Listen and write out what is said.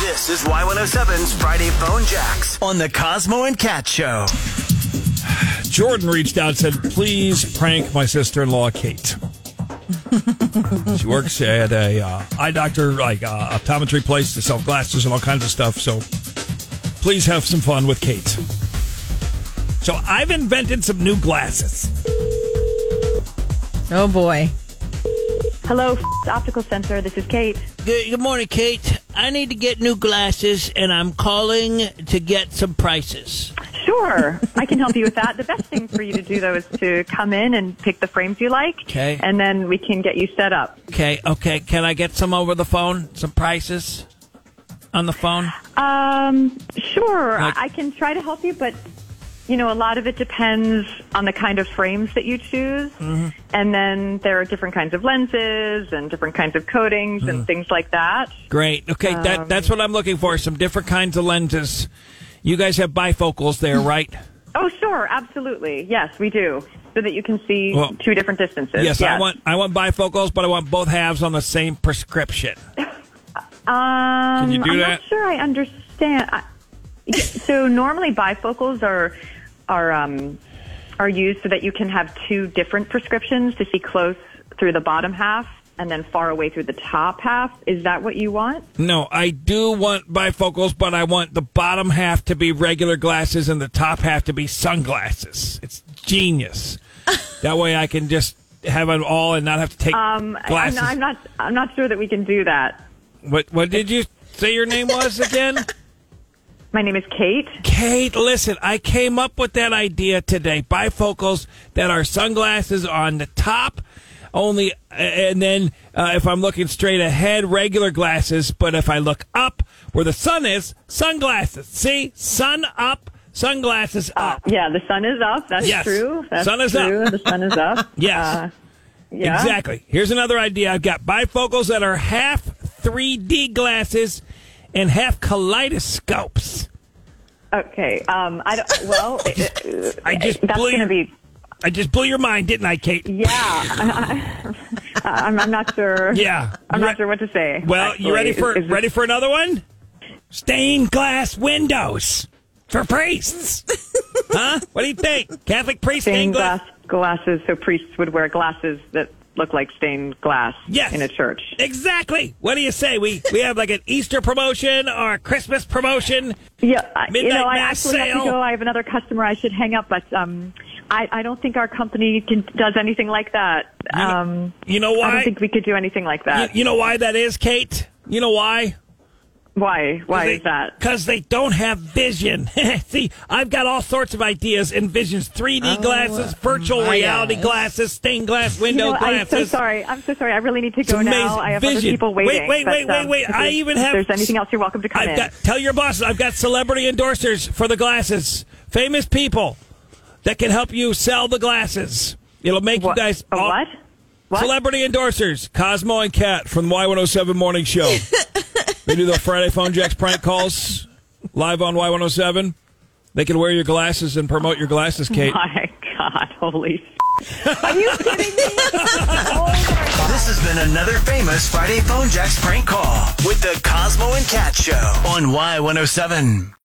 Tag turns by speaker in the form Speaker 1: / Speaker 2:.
Speaker 1: This is Y107's Friday Phone Jacks.
Speaker 2: on the Cosmo and Cat Show.
Speaker 3: Jordan reached out and said, please prank my sister in law, Kate. she works at a uh, eye doctor, like uh, optometry place to sell glasses and all kinds of stuff. So please have some fun with Kate. So I've invented some new glasses.
Speaker 4: Oh boy.
Speaker 5: Hello, f- Optical Center. This is Kate.
Speaker 6: Good, good morning, Kate. I need to get new glasses, and I'm calling to get some prices.
Speaker 5: Sure, I can help you with that. The best thing for you to do, though, is to come in and pick the frames you like,
Speaker 6: Okay.
Speaker 5: and then we can get you set up.
Speaker 6: Okay, okay. Can I get some over the phone? Some prices on the phone?
Speaker 5: Um, sure,
Speaker 6: Like-
Speaker 5: I-, I can try to help you, but you know, a lot of it depends on the kind of frames that you choose,
Speaker 6: Mm-hmm.
Speaker 5: and then there are different kinds of lenses and different kinds of coatings
Speaker 6: Mm.
Speaker 5: and things like that.
Speaker 6: Great. Okay, that that's what I'm looking for. Some different kinds of lenses. You guys have bifocals there, right?
Speaker 5: Oh, sure, absolutely, yes, we do, so that you can see
Speaker 6: Well-
Speaker 5: two different distances.
Speaker 6: yes, I want I want bifocals, but I want both halves on the same prescription.
Speaker 5: Um,
Speaker 6: you do
Speaker 5: I'm
Speaker 6: that?
Speaker 5: not sure I understand. I, so normally bifocals are are um, are used so that you can have two different prescriptions to see close through the bottom half and then far away through the top half. Is that what you want? Um,
Speaker 6: No, I do want bifocals, but I want the bottom half to be regular glasses and the top half to be sunglasses. It's genius. that way I can just have them all and not have to take
Speaker 5: Um, I- I'm,
Speaker 6: glasses.
Speaker 5: not, I'm not I'm not sure that we can do that.
Speaker 6: What, what did you say your name was again?
Speaker 5: My name is Kate.
Speaker 6: Kate, listen, I came up with that idea today. Bifocals that are sunglasses on the top only, and then uh, if I'm looking straight ahead, regular glasses. But if I look up where the sun is, sunglasses. See? Sun up, sunglasses up.
Speaker 5: Yeah, the sun is up. That's
Speaker 6: Yes.
Speaker 5: true. That's
Speaker 6: Sun is
Speaker 5: true.
Speaker 6: up.
Speaker 5: The sun is up.
Speaker 6: Yes.
Speaker 5: Uh, yeah.
Speaker 6: Exactly. Here's another idea I've got bifocals that are half 3D glasses and half kaleidoscopes.
Speaker 5: Okay. Um, I don't, well,
Speaker 6: I just
Speaker 5: that's
Speaker 6: blew
Speaker 5: going to
Speaker 6: your,
Speaker 5: be
Speaker 6: I just blew your mind, didn't I, Kate?
Speaker 5: Yeah, I, I, I'm, I'm not sure.
Speaker 6: Yeah.
Speaker 5: I'm
Speaker 6: Re-
Speaker 5: not sure what to say.
Speaker 6: Well, you ready
Speaker 5: actually.
Speaker 6: for
Speaker 5: Is- is this-
Speaker 6: ready for another one? Stained glass windows for priests. huh? What do you think? Catholic priest stained
Speaker 5: stained
Speaker 6: glass.
Speaker 5: glass glasses? So priests would wear glasses that look like stained glass
Speaker 6: Yes.
Speaker 5: in a church.
Speaker 6: Exactly. What do you say? We we have like an Easter promotion or a Christmas promotion.
Speaker 5: Yeah, I- you
Speaker 6: Midnight
Speaker 5: know, I
Speaker 6: mass
Speaker 5: actually have to
Speaker 6: sale.
Speaker 5: go. I have another customer. I should hang up, but um, I, I don't think our company can, does anything like that. Um,
Speaker 6: You know
Speaker 5: I don't
Speaker 6: why?
Speaker 5: think we could do anything like
Speaker 6: you,
Speaker 5: that.
Speaker 6: you know why that is, Kate? You know why?
Speaker 5: why? Why is that?
Speaker 6: Because they don't have vision. See, I've got all sorts of ideas and visions:
Speaker 5: Oh,
Speaker 6: 3D glasses, virtual
Speaker 4: my
Speaker 6: reality
Speaker 4: eyes.
Speaker 6: glasses, stained glass window
Speaker 5: you know, I'm
Speaker 6: glasses.
Speaker 5: so sorry. I'm so sorry. I really need to
Speaker 6: It's
Speaker 5: go now.
Speaker 6: amazing.
Speaker 5: I have other
Speaker 6: Vision.
Speaker 5: people waiting.
Speaker 6: Wait, wait,
Speaker 5: but,
Speaker 6: wait, wait,
Speaker 5: um,
Speaker 6: wait.
Speaker 5: if
Speaker 6: I
Speaker 5: there's-
Speaker 6: even
Speaker 5: if
Speaker 6: have.
Speaker 5: there's anything else, you're welcome to come
Speaker 6: I've
Speaker 5: in.
Speaker 6: Got, tell your bosses I've got celebrity endorsers for the glasses, famous people that can help you sell the glasses. It'll make
Speaker 5: What-
Speaker 6: you guys
Speaker 5: a
Speaker 6: all-
Speaker 5: Oh, what? What?
Speaker 6: celebrity endorsers. Cosmo and Kat from the Y107 Morning Show. they do the Friday Phone Jacks prank calls live on Y107. They can wear your glasses and promote your glasses, Kate.
Speaker 5: My God, holy! s- Are you kidding me? oh my God.
Speaker 2: This has been another famous Friday Phone Jacks prank call with the Cosmo and Cat Show on Y107.